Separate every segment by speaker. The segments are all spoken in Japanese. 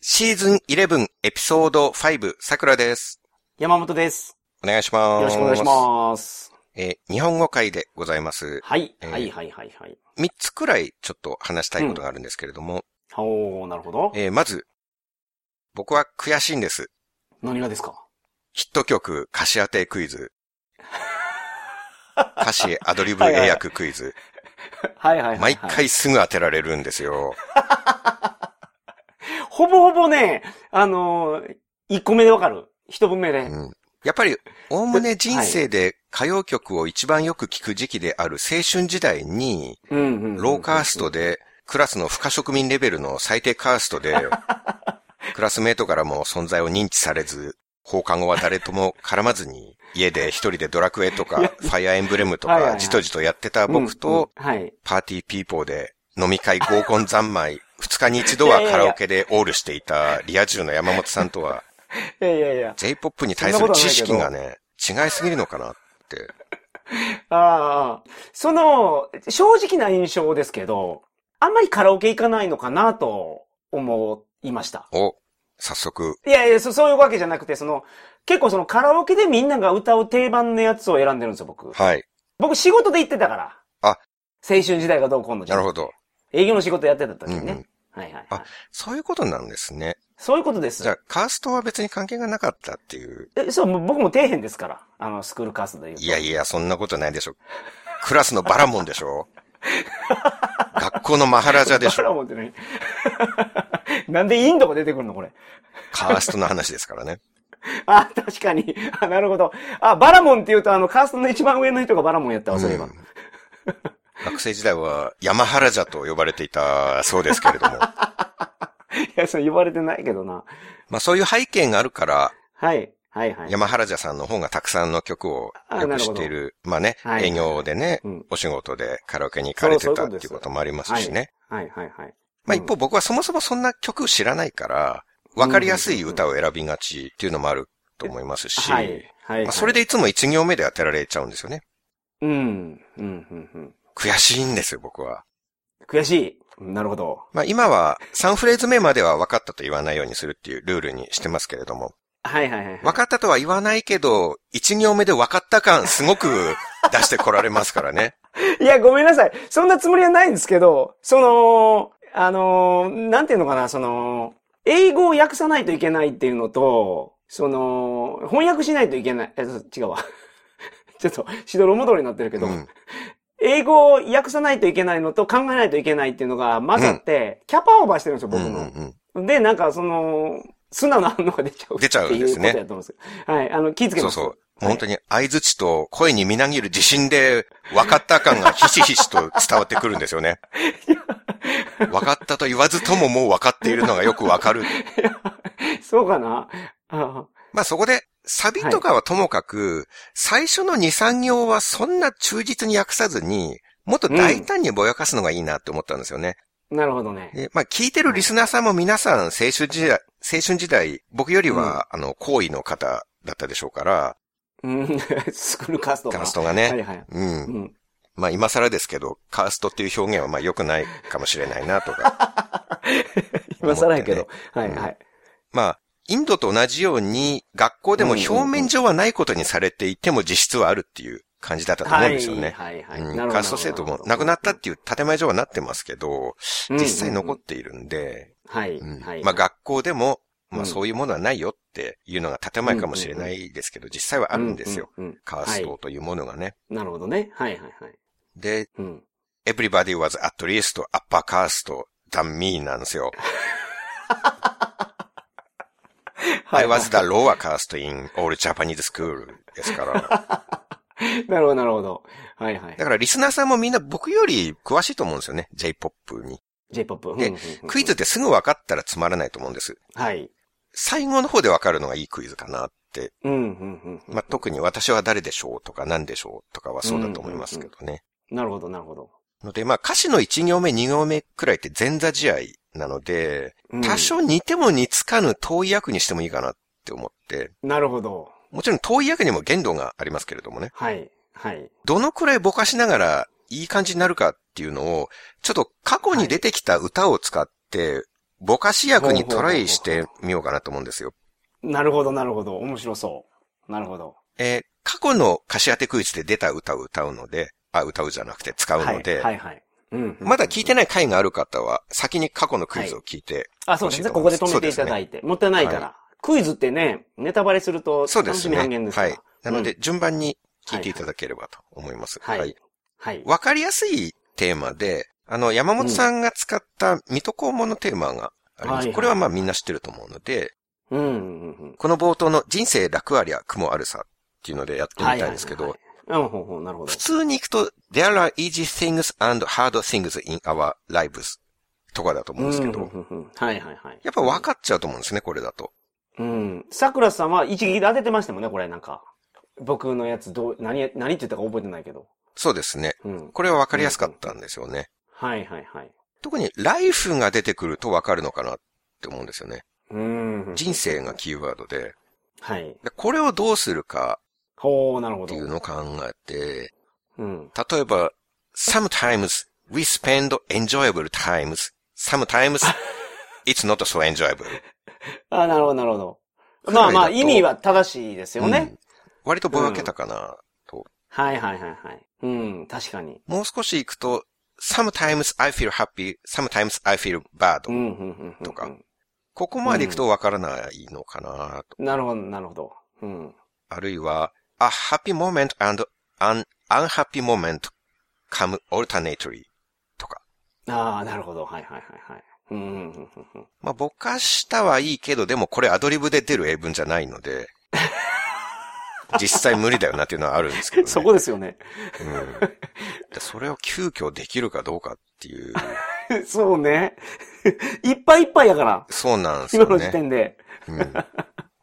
Speaker 1: シーズン11エピソード5、桜です。
Speaker 2: 山本です。
Speaker 1: お願いします。
Speaker 2: よろしくお願いし
Speaker 1: す。
Speaker 2: ます。
Speaker 1: えー日本語会でございます。
Speaker 2: はい、
Speaker 1: えー
Speaker 2: はい、はい、はい、はい。
Speaker 1: 3つくらいちょっと話したいことがあるんですけれども、
Speaker 2: おー、なるほど。
Speaker 1: えーまず、僕は悔しいんです。
Speaker 2: 何がですか
Speaker 1: ヒット曲歌詞当てクイズ。歌詞アドリブ英訳クイズ。
Speaker 2: はい、はい、はい。
Speaker 1: 毎。回すぐ当てられるんですよ。
Speaker 2: ほぼほぼね、あのー、1個目でわかる。一文目で。
Speaker 1: うんやっぱり、おおむね人生で歌謡曲を一番よく聴く時期である青春時代に、
Speaker 2: うん、うんうんうん
Speaker 1: ローカーストで、クラスの不可植民レベルの最低カースト で、クラスメートからも存在を認知されず、放課後は誰とも絡まずに、家で一人でドラクエとか、ファイアーエンブレムと
Speaker 2: はいはいは
Speaker 1: か、
Speaker 2: い
Speaker 1: じとじとやってた僕と、、
Speaker 2: うんうんはい。
Speaker 1: パーティーピーポーで、飲み会合コン三昧、二日に一度はカラオケでオールしていたリア充の山本さんとは、
Speaker 2: いやいやいや。
Speaker 1: J-POP に対する知識がね、違いすぎるのかなって。
Speaker 2: ああ、その、正直な印象ですけど、あんまりカラオケ行かないのかなと思いました。
Speaker 1: お、早速、
Speaker 2: いやいや、そそういうわけじゃなくて、その、結構そのカラオケでみんなが歌う定番のやつを選んでるんですよ、僕。
Speaker 1: はい、
Speaker 2: 僕仕事で行ってたから。
Speaker 1: あ
Speaker 2: 青春時代がどうこうの
Speaker 1: なるほど。
Speaker 2: 営業の仕事やってた時にね。
Speaker 1: うんうん
Speaker 2: はいはい、は
Speaker 1: あ
Speaker 2: い。
Speaker 1: そういうことなんですね。
Speaker 2: そういうことで
Speaker 1: じゃ
Speaker 2: す。
Speaker 1: あ、カーストは別に関係がなかったっていう。
Speaker 2: えそう、もう僕も底辺ですから。あの、スクールカーストで言うと。
Speaker 1: いやいや、そんなことないでしょ。クラスのバラモンでしょ学校のマハラジャでし
Speaker 2: バラ
Speaker 1: ょ
Speaker 2: モンって何 なんでインドが出てくるのこれ。
Speaker 1: カーストの話ですからね。
Speaker 2: あ、確かに。あ、なるほど。あ、バラモンって言うと、あの、カーストの一番上の人がバラモンやったわ、そういえば。
Speaker 1: うん学生時代は山原ジャと呼ばれていたそうですけれ ども。
Speaker 2: いや、そう言われてないけどな。
Speaker 1: まあそういう背景があるから、
Speaker 2: はい。はいはい。
Speaker 1: 山原ジャさんの方がたくさんの曲を
Speaker 2: あ
Speaker 1: よ
Speaker 2: な
Speaker 1: く
Speaker 2: る
Speaker 1: 知
Speaker 2: ほ
Speaker 1: っ
Speaker 2: ど
Speaker 1: ている。まあね、
Speaker 2: はい
Speaker 1: 営業でね、
Speaker 2: うん
Speaker 1: お仕事でカラオケに行かれて
Speaker 2: そう
Speaker 1: た
Speaker 2: そ
Speaker 1: っ
Speaker 2: ういうことです
Speaker 1: ていうこともありますしね。
Speaker 2: はいはいはい。
Speaker 1: まあ
Speaker 2: うん
Speaker 1: 一方僕はそもそもそんな曲知らないから、わかりやすい歌を選びがちっていうのもあると思いますし、
Speaker 2: はい。はい、はい。
Speaker 1: まあ、それでいつも一行目で当てられちゃうんですよね。
Speaker 2: うん。うん、うん、うん。
Speaker 1: 悔しいんですよ、僕は。
Speaker 2: 悔しい。なるほど。
Speaker 1: まあ今は3フレーズ目までは分かったと言わないようにするっていうルールにしてますけれども、
Speaker 2: はいはいはいはい。
Speaker 1: 分かったとは言わないけど、一行目で分かった感すごく出してこられますからね。
Speaker 2: いや、ごめんなさい。そんなつもりはないんですけど、その、あのー、なんていうのかな、その、英語を訳さないといけないっていうのと、その、翻訳しないといけない、え、そう違うわ。 ちょっと、しどろもどろになって るけ
Speaker 1: う
Speaker 2: ど、
Speaker 1: ん。
Speaker 2: 英語を訳さないといけないのと考えないといけないっていうのが混ざって、キャパオーバーしてるんですよ、
Speaker 1: う
Speaker 2: 僕
Speaker 1: んう
Speaker 2: の。
Speaker 1: ん
Speaker 2: で、なんか、その、素直な反応が出ちゃう。
Speaker 1: 出ちゃうんですね
Speaker 2: っていうことやと思うんですけど。はい、あの、気ぃつ
Speaker 1: うん、
Speaker 2: け
Speaker 1: そ
Speaker 2: ま
Speaker 1: う
Speaker 2: す。
Speaker 1: そう。本当に相づちと声にみなぎる自信で分かった感がひしひしと伝わってくるんですよ ね。分かったと言わずとももう分かっているのがよく分かる。
Speaker 2: そうかなあ
Speaker 1: まあそこで、サビとかはともかく、最初の2、3行はそんな忠実に訳さずに、もっと大胆にぼやかすのがいいなって思ったんですよね。
Speaker 2: なるほどね。
Speaker 1: でまあ聞いてるリスナーさんも皆さん青春時代、青春時代、僕よりは、あの、好意の方だったでしょうから、
Speaker 2: うん、 スクールカースト
Speaker 1: カ
Speaker 2: か
Speaker 1: ーストが
Speaker 2: は
Speaker 1: ね。
Speaker 2: いはい。
Speaker 1: うん
Speaker 2: う。ん。
Speaker 1: まあ今更ですけど、カーストっていう表現はまあ良くないかもしれないなと か。
Speaker 2: 今更やけど。
Speaker 1: 思
Speaker 2: はい
Speaker 1: ね
Speaker 2: はい。
Speaker 1: まあ、インドと同じように、学校でも表面上はないことにされていても実質はあるっていう感じだったと思うんですよね。
Speaker 2: はいはいはい。
Speaker 1: うん、カースト制度もなくなったっていう建前上はなってますけど、
Speaker 2: うん
Speaker 1: 実際残っているんで、
Speaker 2: はい
Speaker 1: うん
Speaker 2: はい。
Speaker 1: まあ学校でも、ま
Speaker 2: う
Speaker 1: あ
Speaker 2: ん
Speaker 1: そういうものはないよっていうのが建前かもしれないですけど、実際はあるんですよ。
Speaker 2: うん。うん
Speaker 1: カーストというものがね。
Speaker 2: なるほどね。はいはいはい。
Speaker 1: で、
Speaker 2: うん。
Speaker 1: everybody was at least upper caste than me なんですよ。I was the lower caste in all Japanese school です から。
Speaker 2: なるほどなるほど。はいはい
Speaker 1: だ。からリスナーさんもみんな僕より詳しいと思うんですよね。J-POP に。
Speaker 2: J-POP。
Speaker 1: で
Speaker 2: うんうんうん
Speaker 1: クイズってすぐ分かったらつまらないと思うんです。
Speaker 2: はい。
Speaker 1: 最後の方で分かるのがいいクイズかなって。
Speaker 2: うんうんうんうん。
Speaker 1: まあ、特に私は誰でしょうとか何でしょうとかはそうだと思いますけどね。
Speaker 2: なるほどなるほど。
Speaker 1: ので、まあ、歌詞の1行目、2行目くらいって前座試合なので、
Speaker 2: うん
Speaker 1: 多少似ても似つかぬ遠い役にしてもいいかなって思って、
Speaker 2: なるほど。
Speaker 1: もちろん遠い役にも限度がありますけれどもね。
Speaker 2: はい。はい。
Speaker 1: どのくらいぼかしながらいい感じになるかっていうのを、ちょっと過去に出てきた歌を使って、ぼかし役にトライしてみようかなと思うんですよ。
Speaker 2: なるほど、なるほど。面白そう。なるほど。
Speaker 1: えー過去の歌詞当てクイズで出た歌を歌うので、あ、歌うじゃなくて使う
Speaker 2: は
Speaker 1: の
Speaker 2: い。
Speaker 1: で、
Speaker 2: はい、はい。うん。
Speaker 1: まだ聞いて
Speaker 2: ない。
Speaker 1: ない回がある方は、先に過去のクイズを聞いて、
Speaker 2: あ、そうです
Speaker 1: 欲し
Speaker 2: ね。
Speaker 1: いと
Speaker 2: こ
Speaker 1: 思
Speaker 2: こ
Speaker 1: いま
Speaker 2: です止めていただいて。もったいないから、
Speaker 1: は
Speaker 2: クイズってね、ネタバレすると
Speaker 1: そうで
Speaker 2: 楽
Speaker 1: す
Speaker 2: しみ
Speaker 1: ね。
Speaker 2: 半減ですか
Speaker 1: は
Speaker 2: ら。
Speaker 1: い。なので、順番に聞いてい
Speaker 2: だ
Speaker 1: ただければと思います。
Speaker 2: はい。
Speaker 1: は
Speaker 2: はいい。。はい。
Speaker 1: わかりやすいテーマで、あの、山本さんが使った水戸黄門のテーマがありま
Speaker 2: はい
Speaker 1: す。
Speaker 2: はい
Speaker 1: これはまあみんな知ってると思うので、
Speaker 2: うんうんうん。
Speaker 1: この冒頭の人生楽ありゃ雲あるさっていうのでやってみたいんですけ
Speaker 2: は
Speaker 1: ど
Speaker 2: は、はいはい。うん、ほうほう、なるほど
Speaker 1: 普。通に行くと、there are easy things and hard things in our lives とかだと思うんですけ
Speaker 2: うん
Speaker 1: ど、
Speaker 2: うんうんうんはいはいはい。
Speaker 1: やっぱ分かっちゃうと思うんですね、これだと。
Speaker 2: うん。桜さんは一撃で当ててましたもんね、これ、なんか。僕のやつ、どう、何や、何って言ったか覚えてないけど。
Speaker 1: そうですね。
Speaker 2: うん。
Speaker 1: これは分かりやすかったんですよね。
Speaker 2: はいはいはい。
Speaker 1: 特にライフが出てくると分かるのかなって思うんですよね。
Speaker 2: うん。
Speaker 1: 人生がキーワードで、
Speaker 2: はい。
Speaker 1: でこれをどうするか
Speaker 2: ほう、なるほ
Speaker 1: って
Speaker 2: ど。
Speaker 1: いうのを考えて、
Speaker 2: うん。
Speaker 1: 例えば、sometimes we spend enjoyable times, sometimes it's not so enjoyable.
Speaker 2: あ、なるほど、なるほど。まあまあ、
Speaker 1: くらいだと
Speaker 2: 意味は正しいですよね。
Speaker 1: うん割とぼやけたかな。
Speaker 2: はいはいはいはい。うん、確かに。
Speaker 1: もう少し行くと、sometimes I feel happy, sometimes I feel bad.
Speaker 2: うん、うん、うん。うん
Speaker 1: とか。ここまで行くとわからないのかなと。
Speaker 2: なるほど、なるほど。うん。
Speaker 1: あるいは、a happy moment and an unhappy moment come alternately とか。
Speaker 2: ああ、なるほど。はいはいはいはい。うん、うん、うんうんうん。
Speaker 1: まあ、ぼかしたはいいけど、でもこれアドリブで出る英文じゃないの で、実際無理だよなっていうのはあるんですけどね。
Speaker 2: そこですよね。
Speaker 1: うんでそれを急遽できるかどうかって いう、
Speaker 2: そうね。 いっぱいいっぱいやから。
Speaker 1: そうなんです
Speaker 2: 今
Speaker 1: よ
Speaker 2: の時
Speaker 1: ね。
Speaker 2: 点で。
Speaker 1: うん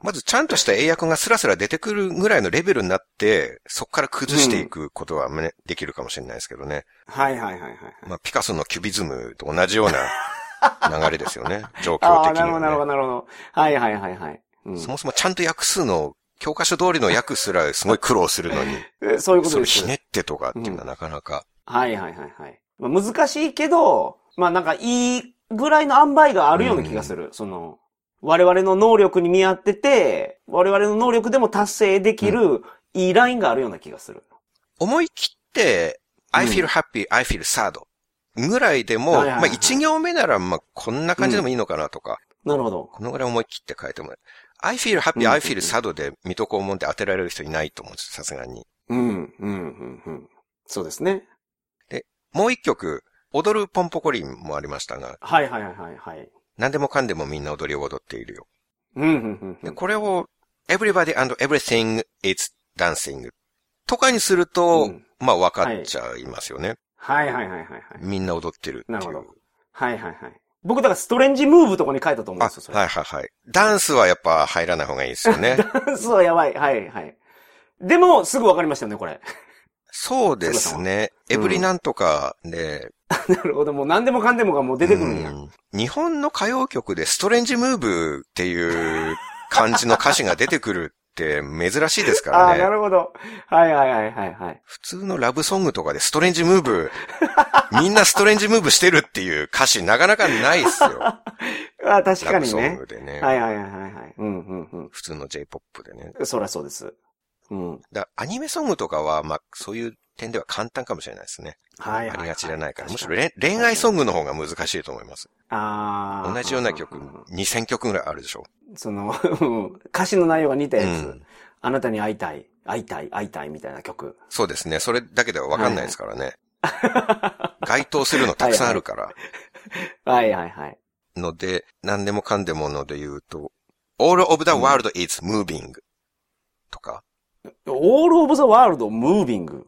Speaker 1: まずちゃんとした英訳がスラスラ出てくるぐらいのレベルになって、そこから崩していくことはね、できるかもしれないですけどね。
Speaker 2: はいはいはいはい。
Speaker 1: まあ、ピカソのキュビズムと同じような流れですよ ね。状況
Speaker 2: ああ、
Speaker 1: 的
Speaker 2: なる
Speaker 1: には
Speaker 2: ほどなるほど
Speaker 1: ね。
Speaker 2: なるほど。はいはいはいはい。うん
Speaker 1: そもそもちゃんと訳すの、教科書通りの訳すらすごい苦労するのに、
Speaker 2: えそういうこと
Speaker 1: それ
Speaker 2: で
Speaker 1: ひ
Speaker 2: す。
Speaker 1: ねってとかっていうのはなかなか、
Speaker 2: はいはいはいはい。まあ、難しいけど、まあなんかいいぐらいの塩梅があるような気がする。その、我々の能力に見合ってて、我々の能力でも達成できる、いいラインがあるような気がする。
Speaker 1: 思い切って、I feel happy, I feel sad ぐらいでも、
Speaker 2: はいはいはい
Speaker 1: まあ一行目なら、まあこんな感じでもいいのかなとか、
Speaker 2: なるほど。
Speaker 1: このぐらい思い切って書いてもらう。I feel
Speaker 2: うん
Speaker 1: happy, I feel sad で、水戸黄門って当てられる人いないと思うんです、さすがに。
Speaker 2: うん、うん、うん、うん。そうですね。
Speaker 1: もう一曲、踊るポンポコリンもありましたが、
Speaker 2: はいはいはいはいはい。
Speaker 1: 何でもかんでもみんな踊りを踊っているよ。
Speaker 2: うん、うん、う
Speaker 1: で、
Speaker 2: ん。
Speaker 1: これを、everybody and everything is dancing とかにすると、
Speaker 2: うん
Speaker 1: まあ分かっちゃいますよね。
Speaker 2: はいはいはいはいはい。
Speaker 1: みんな踊ってるっていう。
Speaker 2: なるほどはいはいはい。僕だからストレンジムーブとかに書いたと思うん
Speaker 1: あ、
Speaker 2: ですよ、それ。
Speaker 1: はいはいはい。ダンスはやっぱ入らない方がいいですよ ね。
Speaker 2: そう、やばい。はい、はい。でも、すぐわかりましたよね、これ。
Speaker 1: そうですね。
Speaker 2: う
Speaker 1: エ
Speaker 2: ん
Speaker 1: ブリなんとかで、
Speaker 2: なるほど。もう何でもかんでもがもう出てくるんや。
Speaker 1: うん日本の歌謡曲でストレンジムーブっていう感じの歌詞が出てくるって珍しいですか
Speaker 2: ああ、
Speaker 1: ら
Speaker 2: な
Speaker 1: ね。
Speaker 2: るほど。はいはいはいはいはい。
Speaker 1: 普通のラブソングとかでストレンジムー ブ、みんなストレンジムーブしてるっていう歌詞なかなかないっすよ。
Speaker 2: ああ、確か
Speaker 1: ラブ
Speaker 2: に
Speaker 1: ソン
Speaker 2: ね。
Speaker 1: グでね。
Speaker 2: はいはいはいはいはい。うんうん
Speaker 1: 普通の J-POP でね。
Speaker 2: うん。そりゃそうです。うん。
Speaker 1: だアニメソングとかは、まあ、そういう点では簡単かもしれないですね。
Speaker 2: はいはい、
Speaker 1: あ
Speaker 2: はい。
Speaker 1: りがちじゃないから。むしろ
Speaker 2: 確に
Speaker 1: れ恋愛ソングの方が難しいと思います。
Speaker 2: ああ。
Speaker 1: 同じような曲
Speaker 2: んんうん、
Speaker 1: 2000曲ぐらいあるでしょ。
Speaker 2: その、 うん歌詞の内容が似た
Speaker 1: う
Speaker 2: やつ、
Speaker 1: ん。
Speaker 2: あなたに会いたい、会いたい、会いたいみたいな曲。
Speaker 1: そうですね。それだけではわかんないですからね。該当するのたくさんあるから。
Speaker 2: はいはいはい。
Speaker 1: ので、何でもかんでもので言うと、All of the world is moving とか、
Speaker 2: All of the World Moving。
Speaker 1: ま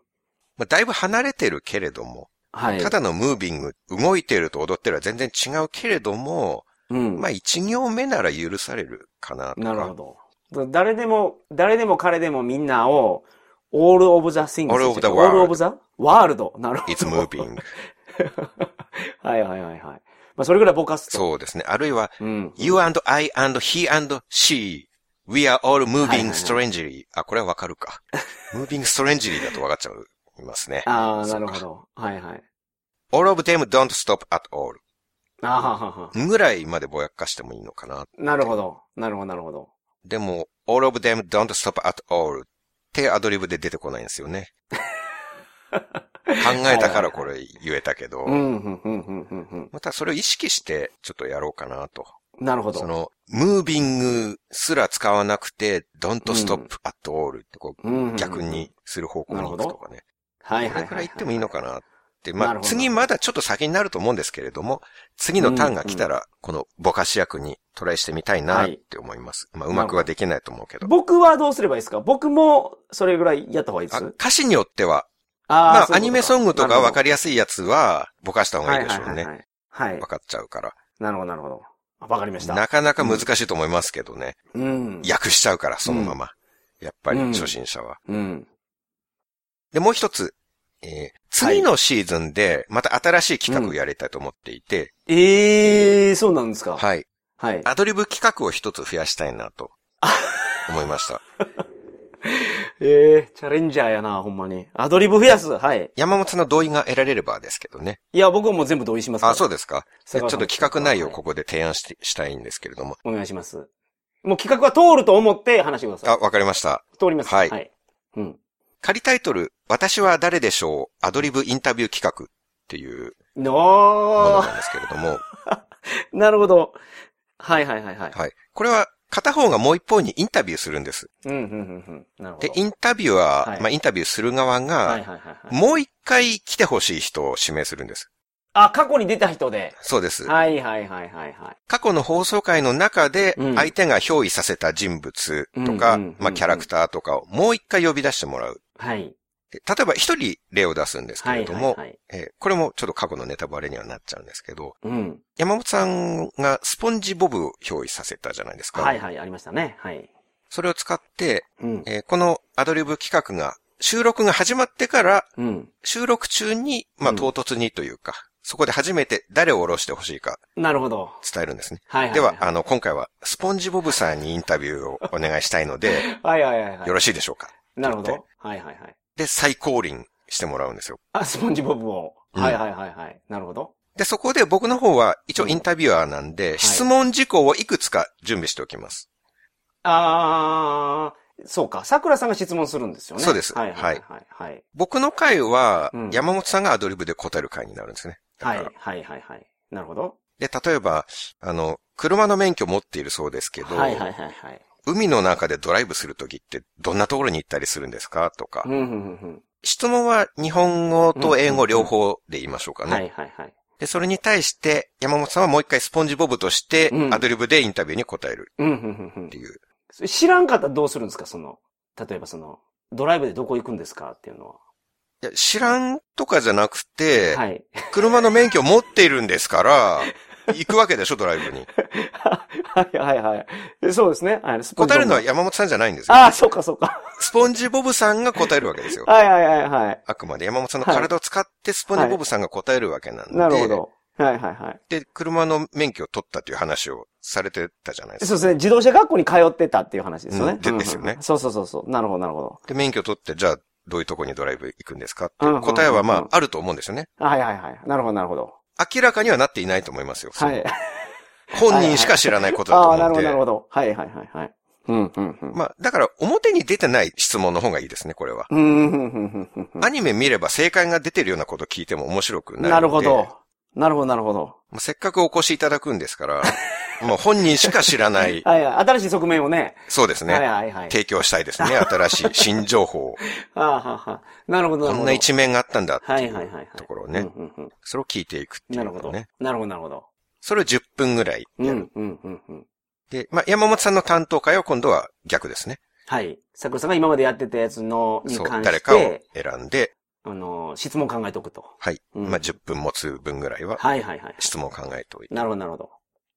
Speaker 1: あ、だいぶ離れてるけれども、
Speaker 2: はい。
Speaker 1: ただのムービング、動いてると踊ってるは全然違うけれども、
Speaker 2: うん。
Speaker 1: まあ一行目なら許されるかなとか。
Speaker 2: なるほど。だ誰でも、誰でも彼でもみんなを、オールオブザシング
Speaker 1: All of the
Speaker 2: オールオブザワールド。なるほど。
Speaker 1: It's moving.
Speaker 2: はいはいはいはい。まあ、それぐらいぼかすと。
Speaker 1: そうですね。あるいは、
Speaker 2: う。ん。
Speaker 1: You and I and he and she. We are all
Speaker 2: はいはい
Speaker 1: moving
Speaker 2: はい
Speaker 1: strangely. あ、これはわかる か。moving strangely だとわかっちゃう。いますね。
Speaker 2: ああ、なるほど。はいはい。
Speaker 1: all of them don't stop at all.
Speaker 2: あははは。
Speaker 1: ぐらいまでぼやかしてもいいのかな。
Speaker 2: なるほど。なるほど、なるほど。
Speaker 1: でも、all of them don't stop at all ってアドリブで出てこないんですよ ね。考えたからこれ言えたけど
Speaker 2: う、ん、うん、うん、うん、うんうん。
Speaker 1: またそれを意識してちょっとやろうかなと。
Speaker 2: なるほど。
Speaker 1: その、ムービングすら使わなくて、don't
Speaker 2: うん
Speaker 1: stop at all ってこ
Speaker 2: うんうんうん
Speaker 1: う、逆に。する方向に行くとかね。
Speaker 2: はい
Speaker 1: こ
Speaker 2: はいは
Speaker 1: れ
Speaker 2: い。
Speaker 1: くらい言ってもいいのかなって。
Speaker 2: な
Speaker 1: ま
Speaker 2: る
Speaker 1: あ、
Speaker 2: ほど
Speaker 1: 次まだちょっと先になると思うんですけれども、次のターンが来たら、このぼかし役にトライしてみたいなって思います。まあ、うまくはできないと思うけど。
Speaker 2: 僕はどうすればいいですか僕もそれぐらいやった方がいいで
Speaker 1: あ
Speaker 2: す
Speaker 1: 歌詞によっては、
Speaker 2: あ
Speaker 1: まあ、アニメソングとかわか
Speaker 2: り
Speaker 1: りやすいやつは、ぼかした方がいいでしょう
Speaker 2: はいはい
Speaker 1: ね
Speaker 2: は。いはい。はい
Speaker 1: わ。かっちゃうから。
Speaker 2: なるほど、なるほど。あわかりました。
Speaker 1: なかなか難しいと思いますけどね。
Speaker 2: うん。。
Speaker 1: 訳しちゃうから、そのまま。やっぱり、
Speaker 2: うん
Speaker 1: 初心者は。
Speaker 2: うん。
Speaker 1: で、もう一つ。えー次のシーズンで、また新しい企画をやりたいと思っていて、
Speaker 2: ええー、そうなんですか。
Speaker 1: はい。
Speaker 2: はい。
Speaker 1: アドリブ企画を一つ増やしたいなと、思いました。
Speaker 2: ええー、チャレンジャーやな、ほんまに。アドリブ増やす。はい。
Speaker 1: 山本さんの同意が得られればですけどね。
Speaker 2: いや、僕はもう全部同意しますから。
Speaker 1: あ、そうですか。
Speaker 2: 佐
Speaker 1: でちょ
Speaker 2: 川
Speaker 1: っ
Speaker 2: さん
Speaker 1: と企画内容を
Speaker 2: はい
Speaker 1: ここで提案してしたいんですけれども。
Speaker 2: お願いします。もう企画は通ると思って話してください。
Speaker 1: あ、わかりました。
Speaker 2: 通ります。
Speaker 1: はい
Speaker 2: はい。うん。
Speaker 1: 仮タイトル、私は誰でしょうアドリブインタビュー企画っていうもの
Speaker 2: のー
Speaker 1: なんですけれども、
Speaker 2: なるほど。はいはいはいはい。
Speaker 1: はい。これは片方がもう一方にインタビューするんです。
Speaker 2: うんうんうんうん。なるほ
Speaker 1: で
Speaker 2: ど。、
Speaker 1: インタビュアー、
Speaker 2: はい
Speaker 1: まあインタビューする側
Speaker 2: はい
Speaker 1: が、
Speaker 2: はいはいはい。
Speaker 1: もう一回来てほしい人を指名するんです。
Speaker 2: あ、過去に出た人で。
Speaker 1: そうです。
Speaker 2: はいはいはいはいはい。
Speaker 1: 過去の放送回の中で
Speaker 2: うん、
Speaker 1: 相手が憑依させた人物とか
Speaker 2: うんうんうんうん、
Speaker 1: まあキャラクターとかをもう一回呼び出してもらう。
Speaker 2: はい。
Speaker 1: で例えば一人例を出すんですけ
Speaker 2: は
Speaker 1: れ
Speaker 2: い
Speaker 1: ど
Speaker 2: はい
Speaker 1: も
Speaker 2: は、い。
Speaker 1: えーこれもちょっと過去のネタバレにはなっちゃうんですけど、
Speaker 2: うん。
Speaker 1: 山本さんがスポンジボブを憑依させたじゃないですか。
Speaker 2: はいはい、ありましたね。はい。
Speaker 1: それを使って、
Speaker 2: うん。
Speaker 1: えーこのアドリブ企画が、収録が始まってから、
Speaker 2: うん。
Speaker 1: 収録中に、ま
Speaker 2: う
Speaker 1: あ、
Speaker 2: ん
Speaker 1: 唐突にというか、そこで初めて誰を下ろしてほしいか
Speaker 2: なるほど。
Speaker 1: 伝えるんですね。
Speaker 2: はいはい。
Speaker 1: では、あの、今回は、スポンジボブさんにインタビューをお願いしたいので、
Speaker 2: はいはいはいはい。
Speaker 1: よろしいでしょうか。
Speaker 2: なるほ
Speaker 1: って
Speaker 2: ど。はいはいはい。
Speaker 1: で、再降臨してもらうんですよ。
Speaker 2: あ、スポンジボブを。
Speaker 1: うん
Speaker 2: はいはいはいはい。なるほど。
Speaker 1: で、そこで僕の方は、一応インタビュアーなんで、
Speaker 2: い
Speaker 1: 質問事項をいくつか準備しておきます。
Speaker 2: あー、そうか。桜さんが質問するんですよね。
Speaker 1: そうです
Speaker 2: はいはいはいはい。
Speaker 1: 僕の回は
Speaker 2: うん、
Speaker 1: 山本さんがアドリブで答える回になるんですね。だ
Speaker 2: は
Speaker 1: か
Speaker 2: い
Speaker 1: ら
Speaker 2: はいはいはい。なるほど。
Speaker 1: で、例えば、あの、車の免許持っているそうですけど、
Speaker 2: はいはいはいはい。
Speaker 1: 海の中でドライブするときってどんなところに行ったりするんですかとか、
Speaker 2: うんうんうん
Speaker 1: 質問は日本語と英語両方で言いましょう
Speaker 2: う
Speaker 1: か
Speaker 2: ん。
Speaker 1: ね。
Speaker 2: はいはいはい。
Speaker 1: で、それに対して山本さんはもう一回スポンジボブとして
Speaker 2: うん
Speaker 1: アドリブでインタビューに答える
Speaker 2: うんうんうんうん
Speaker 1: って。いう。
Speaker 2: それ知らんかったらどうするんですかその、例えばその、ドライブでどこ行くんですかっていうのは。
Speaker 1: いや知らんとかじゃなくて、
Speaker 2: はい。
Speaker 1: 車の免許持っているんですから、行くわけでしょ、ド ライブに。
Speaker 2: はいはいはいえ。そうですね。はい、スポンジ
Speaker 1: 答え
Speaker 2: ボ
Speaker 1: る
Speaker 2: ブ
Speaker 1: のは山本さんじゃないんですよ。
Speaker 2: ああ、そうかそうか。
Speaker 1: スポンジボブさんが答えるわけですよ。
Speaker 2: はいはいはいはい。
Speaker 1: あくまで山本さんの体を使ってスポンジボブさんが答えるわけなんで。
Speaker 2: なるほど。はいはいはい。
Speaker 1: で、車の免許を取ったという話をされてたじゃないです
Speaker 2: そう
Speaker 1: か。
Speaker 2: ですね。自動車学校に通ってたっていう話ですよ
Speaker 1: う
Speaker 2: ね
Speaker 1: ん。でですよね
Speaker 2: うんうんそうそうそうそう。なるほど、なるほど。
Speaker 1: で、免許取って、じゃあ、どういうとこにドライブ行くんですかって
Speaker 2: うん
Speaker 1: い
Speaker 2: うんう
Speaker 1: うん答えはまあ、あると思うんですよね。
Speaker 2: はいはいはい。なるほど、なるほど。
Speaker 1: 明らかにはなっていないと思いますよ。そ
Speaker 2: は
Speaker 1: の
Speaker 2: い。
Speaker 1: 本人しか知らないことだと
Speaker 2: ああ、な
Speaker 1: 思
Speaker 2: る
Speaker 1: う
Speaker 2: ほ
Speaker 1: んで。
Speaker 2: ど、なるほど。はいはいはいはい。うん、うん、うん。
Speaker 1: まあ、だから、表に出てない質問の方がいいですね、これは。
Speaker 2: うん、うん、うん、うんうん。
Speaker 1: アニメ見れば正解が出てるようなこと聞いても面白くないので。
Speaker 2: なるほど。なるほど、なるほど。
Speaker 1: まあ。せっかくお越しいただくんです から、もう本人しか知らない、
Speaker 2: はいはい。新しい側面をね。
Speaker 1: そうです
Speaker 2: はい
Speaker 1: ね。
Speaker 2: はいはい。
Speaker 1: 提供したいですね、新しい新情報 を。
Speaker 2: ああ、はは。なるほど、
Speaker 1: こ
Speaker 2: なるほど。
Speaker 1: んな一面があったんだって
Speaker 2: は
Speaker 1: い
Speaker 2: いはいはいはいう
Speaker 1: ところを
Speaker 2: う
Speaker 1: ね
Speaker 2: ん、、うん、うん。
Speaker 1: それを聞いていくってい
Speaker 2: な
Speaker 1: う
Speaker 2: る
Speaker 1: の
Speaker 2: ほ
Speaker 1: を
Speaker 2: ど。
Speaker 1: ね。
Speaker 2: なるほど、なるほど。
Speaker 1: それを10分ぐらいうや
Speaker 2: ん
Speaker 1: る。、
Speaker 2: うん、うん、うん。
Speaker 1: で、まあ、山本さんの担当会は今度は逆ですね。
Speaker 2: はい。桜さんが今までやってたやつの、に
Speaker 1: そう、
Speaker 2: 関
Speaker 1: 誰
Speaker 2: し
Speaker 1: かを
Speaker 2: て、
Speaker 1: 選んで、
Speaker 2: あの、質問考えておくと。
Speaker 1: はい。
Speaker 2: うん
Speaker 1: まあ、10分持つ分ぐらいは
Speaker 2: はいはいはい。
Speaker 1: 質問を考えておいて。
Speaker 2: なるほど、なるほど。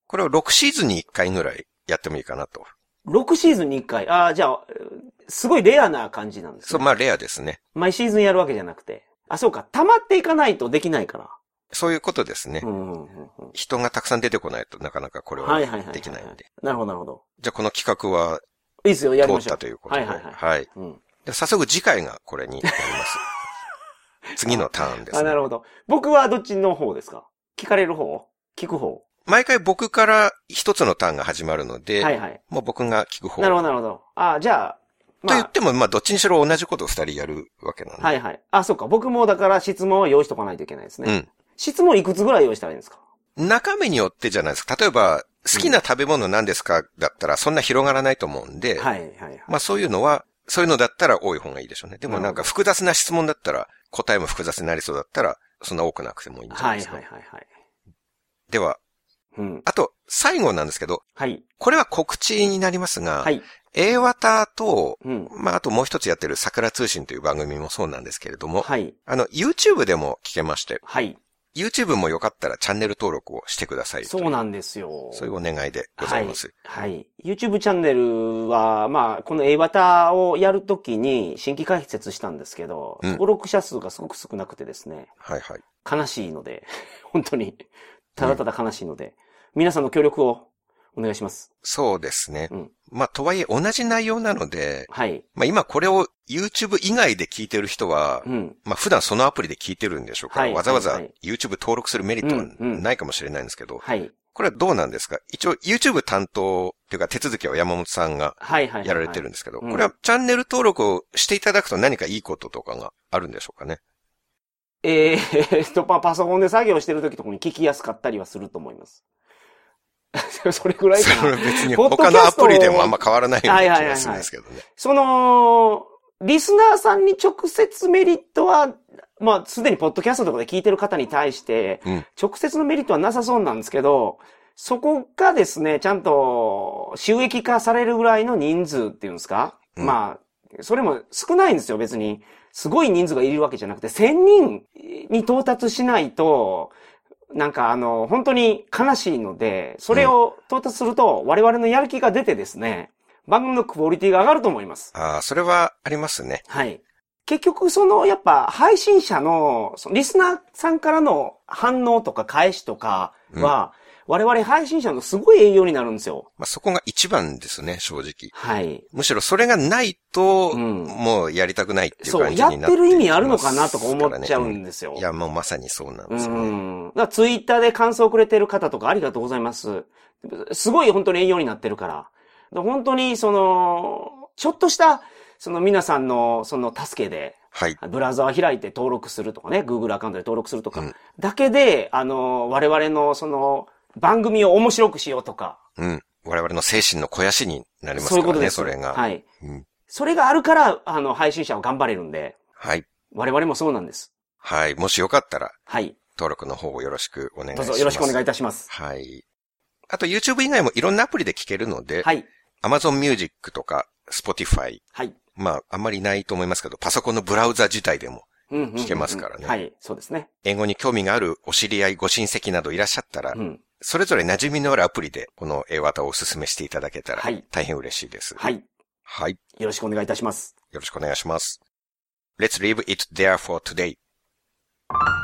Speaker 1: これを6シーズンに1回ぐらいやってもいいかなと。
Speaker 2: 6シーズンに1回。ああ、じゃあ、えーすごいレアな感じなんです
Speaker 1: そう、
Speaker 2: ね。
Speaker 1: まあ、レアですね。
Speaker 2: 毎シーズンやるわけじゃなくて。あ、そうか。溜まっていかないとできないから。
Speaker 1: そういうことですね
Speaker 2: う。んうんうんうん。
Speaker 1: 人がたくさん出てこないとなかなかこれ
Speaker 2: は
Speaker 1: はい
Speaker 2: はいはいはい。
Speaker 1: できないんで。。
Speaker 2: なるほど、なるほど。
Speaker 1: じゃあ、この企画はい
Speaker 2: いですよ、やりま
Speaker 1: 通っ
Speaker 2: しょ
Speaker 1: た
Speaker 2: う。
Speaker 1: ということで。
Speaker 2: やりましょうはいは
Speaker 1: はい。
Speaker 2: うん。
Speaker 1: で早速次回がこれになります。 次のターンです
Speaker 2: あ、
Speaker 1: ね
Speaker 2: な。るほど。僕はどっちの方ですか聞かれる方聞く方。
Speaker 1: 毎回僕から一つのターンが始まるので、
Speaker 2: はいはい。
Speaker 1: もう僕が聞く方。
Speaker 2: なるほど、なるほど。ああ、じゃあ、
Speaker 1: と
Speaker 2: ま
Speaker 1: 言っ
Speaker 2: あ、
Speaker 1: ても、まあ、どっちにしろ同じことを二人やるわけなんで。
Speaker 2: はいはい。あ、そっか。僕もだから質問は用意しとかないといけないですね。
Speaker 1: うん
Speaker 2: 質問いくつぐらい用意したらいいんですか
Speaker 1: 中身によってじゃないですか。例えば、好きな食べ物何ですかだったら、そんな広がらないと思うんで、
Speaker 2: はいはいはい。
Speaker 1: まあそういうのは、そういうのだったら多い方がいいでしょうね。でもなんか複雑な質問だったら、答えも複雑になりそうだったら、そんな多くなくてもいいんじゃな
Speaker 2: はいい
Speaker 1: ですか。
Speaker 2: はいはいはい。
Speaker 1: では、
Speaker 2: うん。
Speaker 1: あと、最後なんですけど、
Speaker 2: はい。
Speaker 1: これは告知になりますが、
Speaker 2: はい。
Speaker 1: A ワタと、
Speaker 2: うん。
Speaker 1: まああともう一つやってる桜通信という番組もそうなんですけれども、
Speaker 2: はい。
Speaker 1: あの、YouTube でも聞けまして、
Speaker 2: はい。
Speaker 1: YouTube もよかったらチャンネル登録をしてくださいという。
Speaker 2: そうなんですよ。
Speaker 1: そういうお願いでございます。
Speaker 2: はい。はい。YouTube チャンネルは、まあ、この A バタをやるときに新規開設したんですけど、
Speaker 1: うん
Speaker 2: 登録者数がすごく少なくてですね、
Speaker 1: はい、はい、
Speaker 2: 悲しいので、 本当に、ただただ悲しいので、皆さんの協力をお願いします。
Speaker 1: そうですね。
Speaker 2: うん
Speaker 1: まあとはいえ同じ内容なので、
Speaker 2: はい。
Speaker 1: まあ今これを YouTube 以外で聞いてる人は、
Speaker 2: うん。
Speaker 1: まあ普段そのアプリで聞いてるんでしょうから、
Speaker 2: はい
Speaker 1: わざわざ
Speaker 2: はいはい
Speaker 1: YouTube 登録するメリットはないかもしれないんですけど、
Speaker 2: はい。
Speaker 1: これはどうなんですか一応 YouTube 担当っていうか手続きは山本さんが
Speaker 2: はいはいはい、はい。
Speaker 1: やられてるんですけど、
Speaker 2: うん
Speaker 1: これはチャンネル登録をしていただくと何かいいこととかがあるんでしょうかね。
Speaker 2: えー、っと、まあ、パソコンで作業してるときとかに聞きやすかったりはすると思います。 それぐらい
Speaker 1: そ
Speaker 2: か
Speaker 1: れ
Speaker 2: な
Speaker 1: は。別に
Speaker 2: ポッドキャ
Speaker 1: 他
Speaker 2: スト
Speaker 1: のアプリでもあんま変わらないような気
Speaker 2: はいはいはいは
Speaker 1: が
Speaker 2: い
Speaker 1: するんですけどね。
Speaker 2: その、リスナーさんに直接メリットは、まあ、すでにポッドキャストとかで聞いてる方に対して
Speaker 1: うん、
Speaker 2: 直接のメリットはなさそうなんですけど、そこがですね、ちゃんと収益化されるぐらいの人数っていうんですか、
Speaker 1: うん
Speaker 2: まあ、それも少ないんですよ、別に。すごい人数がいるわけじゃなくて、1000人に到達しないと、なんかあの、本当に悲しいので、それを到達すると、我々のやる気が出てですね、番組のクオリティが上がると思います。
Speaker 1: ああ、それはありますね。
Speaker 2: はい。結局、その、やっぱ、配信者の、そのリスナーさんからの反応とか返しとかは、我々配信者のすごい栄養になるんですよ。
Speaker 1: まあそこが一番ですね、正直。
Speaker 2: はい。
Speaker 1: むしろそれがないと、
Speaker 2: うん
Speaker 1: もうやりたくないっていう
Speaker 2: そう、
Speaker 1: 感じ
Speaker 2: やっ
Speaker 1: になって
Speaker 2: てる意味あるのかなとか思
Speaker 1: きま
Speaker 2: っ
Speaker 1: す
Speaker 2: ちゃ
Speaker 1: から
Speaker 2: う
Speaker 1: ね
Speaker 2: んですよ。
Speaker 1: いや、もうまさにそうなんですよね。
Speaker 2: うん。だからツイッターで感想をくれてる方とかありがとうございます。すごい本当に栄養になってるから。だから本当に、その、ちょっとした、その皆さんの、その助けで、
Speaker 1: はい。
Speaker 2: ブラウザー開いて登録するとかね、Google アカウントで登録すると
Speaker 1: う
Speaker 2: か
Speaker 1: ん、
Speaker 2: だけで、あの、我々のその、番組を面白くしようとか、
Speaker 1: うん。我々の精神の肥やしになります
Speaker 2: そ
Speaker 1: か
Speaker 2: ういうこ
Speaker 1: ら
Speaker 2: とで
Speaker 1: ね、
Speaker 2: す。
Speaker 1: それが。はい。
Speaker 2: はい
Speaker 1: うん。
Speaker 2: それがあるから、あの、配信者は頑張れるんで、
Speaker 1: はい。
Speaker 2: 我々もそうなんです。
Speaker 1: もしよかったら、
Speaker 2: はい。
Speaker 1: 登録の方をよろしくお願いし
Speaker 2: ど
Speaker 1: ます。
Speaker 2: うぞよろしくお願いいたします。
Speaker 1: はい。あと YouTube 以外もいろんなアプリで聞けるので、
Speaker 2: はい。
Speaker 1: Amazon Music とか Spotify、
Speaker 2: はい。
Speaker 1: まあ、あんまりないと思いますけど、パソコンのブラウザ自体でも、
Speaker 2: うんうんうんうん
Speaker 1: 聞けますからね
Speaker 2: はい。そうですね。
Speaker 1: 英語に興味があるお知り合い、ご親戚などいらっしゃったら、
Speaker 2: うん。
Speaker 1: それぞれ馴染みのあるアプリで、この絵技をお勧めしていただけたら
Speaker 2: はい、
Speaker 1: 大変嬉しいです。
Speaker 2: はい。
Speaker 1: はい。
Speaker 2: よろしくお願いいたします。
Speaker 1: よろしくお願いします。Let's leave it there for today.